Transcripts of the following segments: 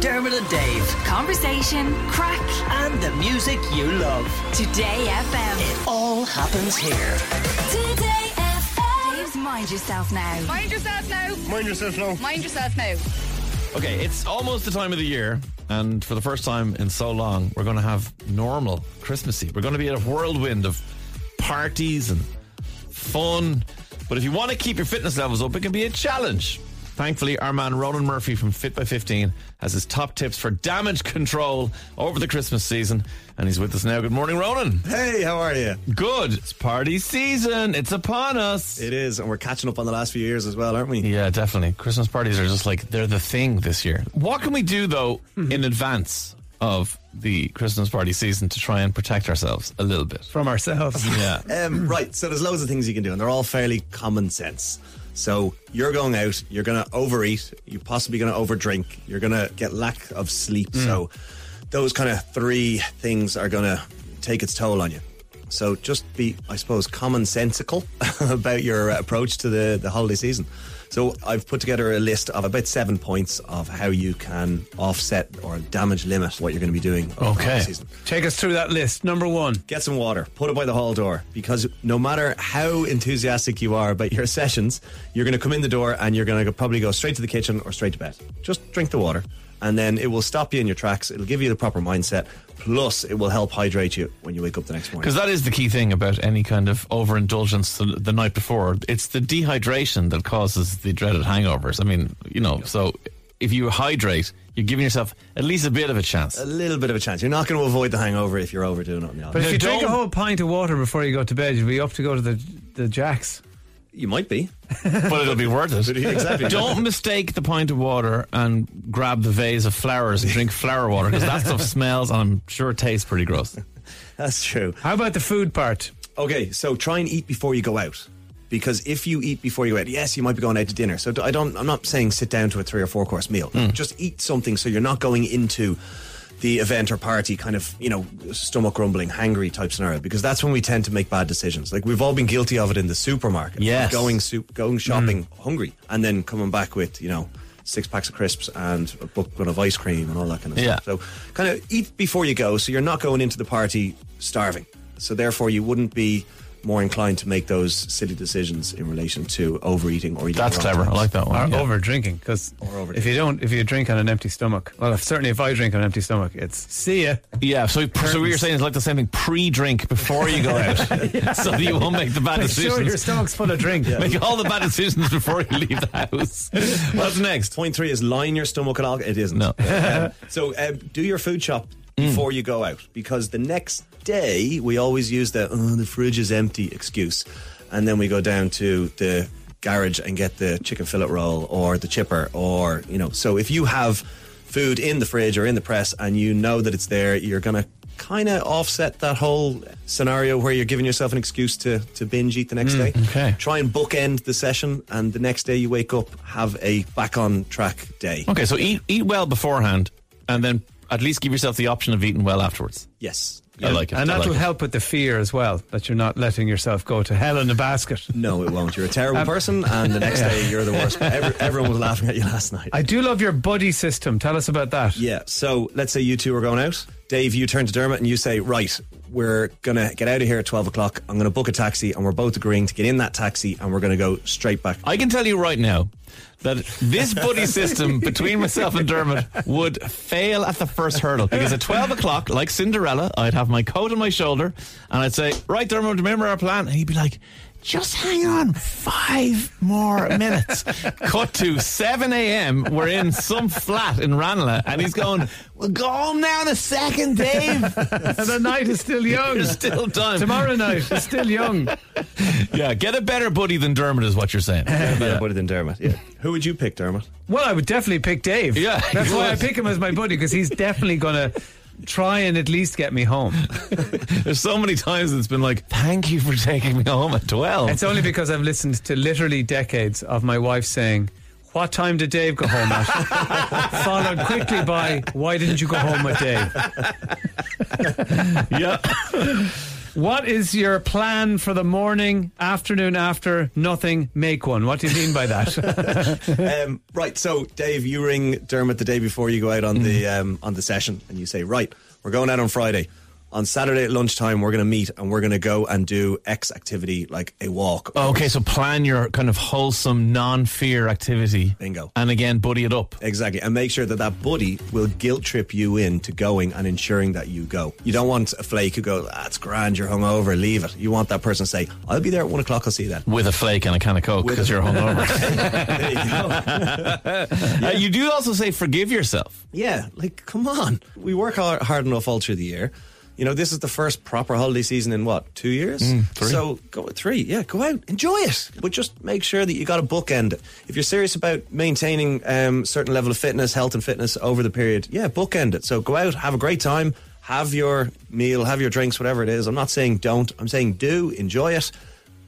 Dermot and Dave, Conversation, crack, and the music you love. Today FM. It all happens here. Today FM. Dave's Mind Yourself Now. Mind yourself now. Mind yourself now. Mind yourself now. Okay, it's almost the time of the year, and for the first time in so long, we're going to have normal Christmassy. We're going to be at a whirlwind of parties and fun. But if you want to keep your fitness levels up, it can be a challenge. Thankfully, our man Ronan Murphy from Fit by 15 has his top tips for damage control over the Christmas season, and he's with us now. Good morning, Ronan. Hey, how are you? Good. It's party season. It's upon us. It is, and we're catching up on the last few years as well, aren't we? Yeah, definitely. Christmas parties are just like they're the thing this year. What can we do though Mm-hmm. in advance of the Christmas party season to try and protect ourselves a little bit? from ourselves. Yeah. Um, right, so there's loads of things you can do, and they're all fairly common sense. So you're going out, you're going to overeat, you're possibly going to overdrink, you're going to get lack of sleep. So those kind of three things are going to take its toll on you. So just be, I suppose, commonsensical about your approach to the, the holiday season. So I've put together a list of about seven points of how you can offset or damage limit what you're going to be doing over the Okay. holiday season. Take us through that list. Number one. Get some water, put it by the hall door, because no matter how enthusiastic you are about your sessions, you're going to come in the door and you're going to probably go straight to the kitchen or straight to bed. Just drink the water, and then it will stop you in your tracks. It'll give you the proper mindset, plus, it will help hydrate you when you wake up the next morning. Because that is the key thing about any kind of overindulgence the, the night before. It's the dehydration that causes the dreaded hangovers. I mean, you know, so if you hydrate, you're giving yourself at least a bit of a chance. A little bit of a chance. You're not going to avoid the hangover if you're overdoing it on the holiday. But Now, if you drink a don't- whole pint of water before you go to bed, you'll be up to go to the the jacks. You might be. But it'll be worth it. Exactly. Don't mistake the pint of water and grab the vase of flowers and drink flower water because that stuff smells and I'm sure it tastes pretty gross. That's true. How about the food part? Okay, so try and eat before you go out. Because if you eat before you go out, yes, you might be going out to dinner. So I don't. I'm not saying sit down to a three or four course meal. Just eat something so you're not going into the event or party kind of you know stomach rumbling, hangry type scenario. Because that's when we tend to make bad decisions. Like we've all been guilty of it in the supermarket. Yes. going soup, going Mm. shopping hungry, and then coming back with you know six packs of crisps and a bucket of ice cream and all that kind of Yeah. stuff. So so kind of eat before you go, so you're not going into the party starving. So therefore, you wouldn't be more inclined to make those silly decisions in relation to overeating or eating. That's at the wrong clever. I times. like that Or one. Oh, yeah. Uh, over drinking? Because overdrinking. if you don't, if you drink on an empty stomach, well, if, certainly if I drink on an empty stomach, it's see ya. Yeah, so so what you're saying is like the same thing pre-drink before you go out, so that you won't make the bad Make sure your decisions. stomach's full of drink. Make all the bad decisions before you leave the house. What's next? Point three is line your stomach at all. It isn't. No. Mm. Um, so um, do your food shop before you go out because the next day we always use the oh, the fridge is empty excuse, and then we go down to the garage and get the chicken fillet roll or the chipper or you know. So if you have food in the fridge or in the press and you know that it's there, you're gonna kind of offset that whole scenario where you're giving yourself an excuse to to binge eat the next day Mm, okay. try and bookend the session and the next day you wake up have a back on track day Okay, so eat eat well beforehand, and then at least give yourself the option of eating well afterwards. yes I like it. And I that'll like it. help with the fear as well that you're not letting yourself go to hell in a basket. no it won't you're a terrible person and the next day you're the worst Every, everyone was laughing at you last night I do love your buddy system. Tell us about that. yeah so let's say you two are going out Dave you turn to Dermot and you say right we're gonna get out of here at 12 o'clock I'm gonna book a taxi and we're both agreeing to get in that taxi and we're gonna go straight back I can tell you right now that this buddy system between myself and Dermot would fail at the first hurdle because at 12 o'clock, like Cinderella, I'd have my coat on my shoulder and I'd say, Right, Dermot, remember our plan? And he'd be like, just hang on five more minutes. Cut to 7 a.m. We're in some flat in Ranelagh, and he's going, Well, go home now in a second, Dave. And the night is still young. There's still time. Tomorrow night is still young. Yeah, get a better buddy than Dermot, is what you're saying. better buddy than Dermot yeah. who would you pick Dermot Well, I would definitely pick Dave. Yeah, that's you why would. I pick him as my buddy because he's definitely gonna try and at least get me home. There's so many times it's been like, thank you for taking me home at 12. It's only because I've listened to literally decades of my wife saying. What time did Dave go home at? Followed quickly by, why didn't you go home with Dave? yeah. What is your plan for the morning, afternoon after nothing? Make one. What do you mean by that? Um, right, so Dave, you ring Dermot the day before you go out on the um, on the session, and you say, "Right, we're going out on Friday. On Saturday at lunchtime, we're going to meet, and we're going to go and do X activity, like a walk." Okay, so plan your kind of wholesome, non-fear activity. Bingo. And again, buddy it up. Exactly, and make sure that that buddy will guilt trip you into going and ensuring that you go. You don't want a flake who goes, "That's grand, you're hungover, leave it." You want that person to say, "I'll be there at one o'clock. I'll see you then." With a flake and a can of Coke With because a- you're hungover. There you go. Uh, you do also say forgive yourself. Yeah, like come on. We work hard, hard enough all through the year. You know, this is the first proper holiday season in what two years? Mm, three. So go three. Yeah, go out, enjoy it, but just make sure that you got a bookend. it. If you're serious about maintaining um, certain level of fitness, health, and fitness over the period, yeah, bookend it. So go out, have a great time, have your meal, have your drinks, whatever it is. I'm not saying don't. I'm saying do enjoy it.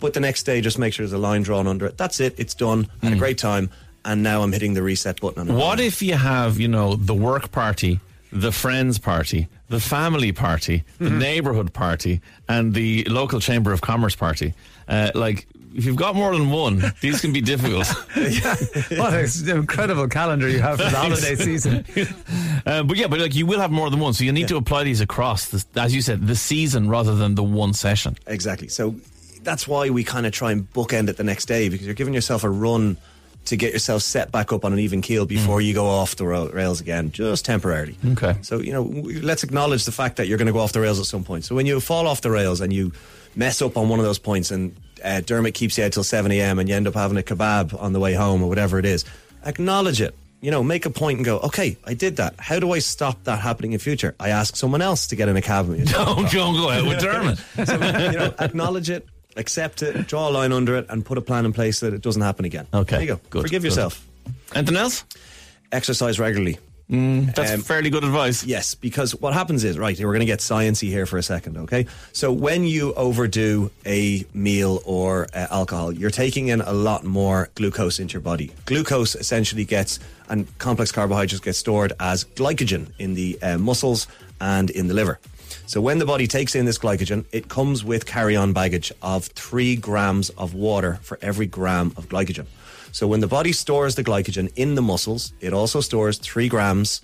But the next day, just make sure there's a line drawn under it. That's it. It's done. Had a great time, and now I'm hitting the reset button. and I'm Mm. What if you have, you know, the work party, the friends party, the family party, the Hmm. neighborhood party, and the local chamber of commerce party? Uh, like, if you've got more than one, these can be difficult. what an incredible calendar you have for the holiday season. Uh, but yeah, but like you will have more than one, so you need to apply these across, the, as you said, the season rather than the one session. Exactly. So that's why we kind of try and bookend it the next day because you're giving yourself a run to get yourself set back up on an even keel before you go off the ro- rails again, just temporarily. Okay. So, you know, w- let's acknowledge the fact that you're going to go off the rails at some point. So when you fall off the rails and you mess up on one of those points and uh, Dermot keeps you out till 7 a.m. and you end up having a kebab on the way home or whatever it is, acknowledge it. You know, make a point and go, okay, I did that. How do I stop that happening in future? I ask someone else to get in a cab with me. Oh, don't go out with Dermot. So, you know, acknowledge it, accept it, draw a line under it, and put a plan in place so that it doesn't happen again. Okay, There you go. good, Forgive good. yourself. Anything else? Exercise regularly. That's Um, fairly good advice. Yes, because what happens is, right, we're going to get sciencey here for a second, okay? So when you overdo a meal or uh, alcohol, you're taking in a lot more glucose into your body. Glucose essentially gets, and complex carbohydrates get stored as glycogen in the uh, muscles and in the liver. So when the body takes in this glycogen, it comes with carry-on baggage of three grams of water for every gram of glycogen. So when the body stores the glycogen in the muscles, it also stores three grams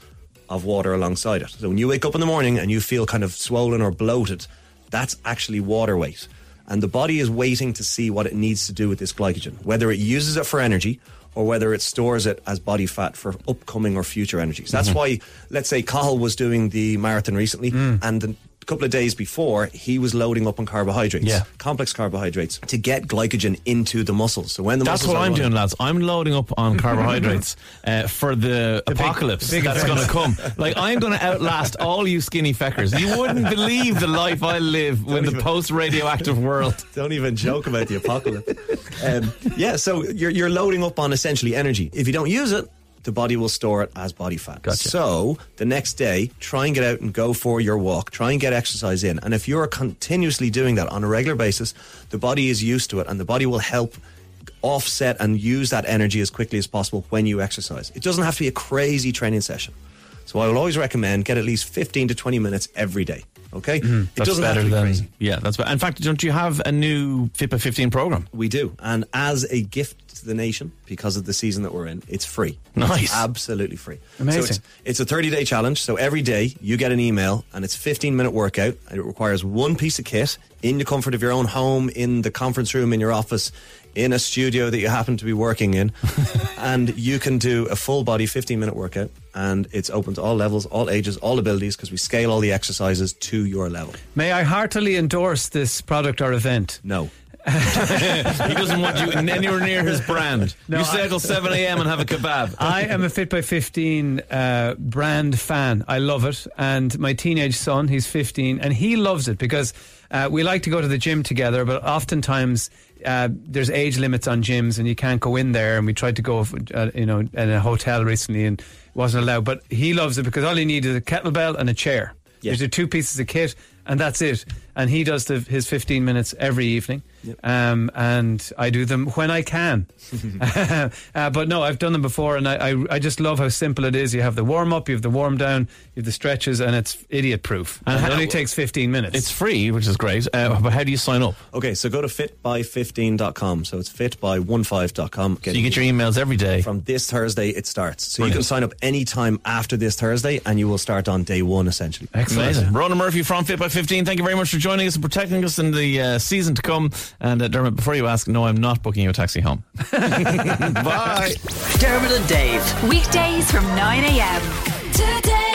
of water alongside it. So when you wake up in the morning and you feel kind of swollen or bloated, that's actually water weight. And the body is waiting to see what it needs to do with this glycogen, whether it uses it for energy or whether it stores it as body fat for upcoming or future energies. That's Mm-hmm. why, let's say, Cahill was doing the marathon recently Mm. and the couple of days before he was loading up on carbohydrates Yeah. complex carbohydrates to get glycogen into the muscles so when the That's muscles what are I'm running- doing, lads. I'm loading up on carbohydrates uh, for the, apocalypse big that's going to come. Like I'm going to outlast all you skinny feckers. You wouldn't believe the life I live in the even- post-radioactive world. Don't even joke about the apocalypse. Um, yeah, so you're, you're loading up on essentially energy. If you don't use it, the body will store it as body fat. Gotcha. So the next day, try and get out and go for your walk. Try and get exercise in. And if you're continuously doing that on a regular basis, the body is used to it and the body will help offset and use that energy as quickly as possible when you exercise. It doesn't have to be a crazy training session. So I will always recommend get at least 15 to 20 minutes every day. Okay? it Mm-hmm. That's doesn't have better to be than crazy. yeah. That's better. in fact, don't you have a new FIPA 15 program? We do. And as a gift to the nation, because of the season that we're in, it's free. Nice. It's absolutely free. Amazing. So it's, it's a 30 day challenge. So every day you get an email and it's 15 minute workout. And it requires one piece of kit in the comfort of your own home, in the conference room, in your office, in a studio that you happen to be working in. and you can do a full body 15 minute workout. And it's open to all levels, all ages, all abilities, because we scale all the exercises to your level. May I heartily endorse this product or event? No. He doesn't want you anywhere near his brand. No, you stay I- till 7 a.m. and have a kebab. I am a Fit by 15 uh, brand fan. I love it. And my teenage son, he's 15, and he loves it because uh, we like to go to the gym together, but oftentimes uh, there's age limits on gyms and you can't go in there. And we tried to go, uh, you know, in a hotel recently and it wasn't allowed. But he loves it because all he needs is a kettlebell and a chair. Yeah. There's the two pieces of kit, and that's it. and he does the, his 15 minutes every evening. Um, and I do them when I can. uh, but no, I've done them before, and I, I, I just love how simple it is. You have the warm up, you have the warm down, you have the stretches, and it's idiot proof. And And it how- only takes 15 minutes. It's free, which is great. Uh, but how do you sign up? Okay, so go to fitby15.com. So it's fitby15.com. So you get your emails every day. from this Thursday it starts. So you Brilliant. can sign up any time after this Thursday and you will start on day 1 essentially. Excellent. Amazing. Rona Murphy from Fit by 15. Thank you very much for joining us and protecting us in the uh, season to come. And uh, Dermot, before you ask, no, I'm not booking you a taxi home. Bye. Dermot and Dave. Weekdays from 9 a.m. Today.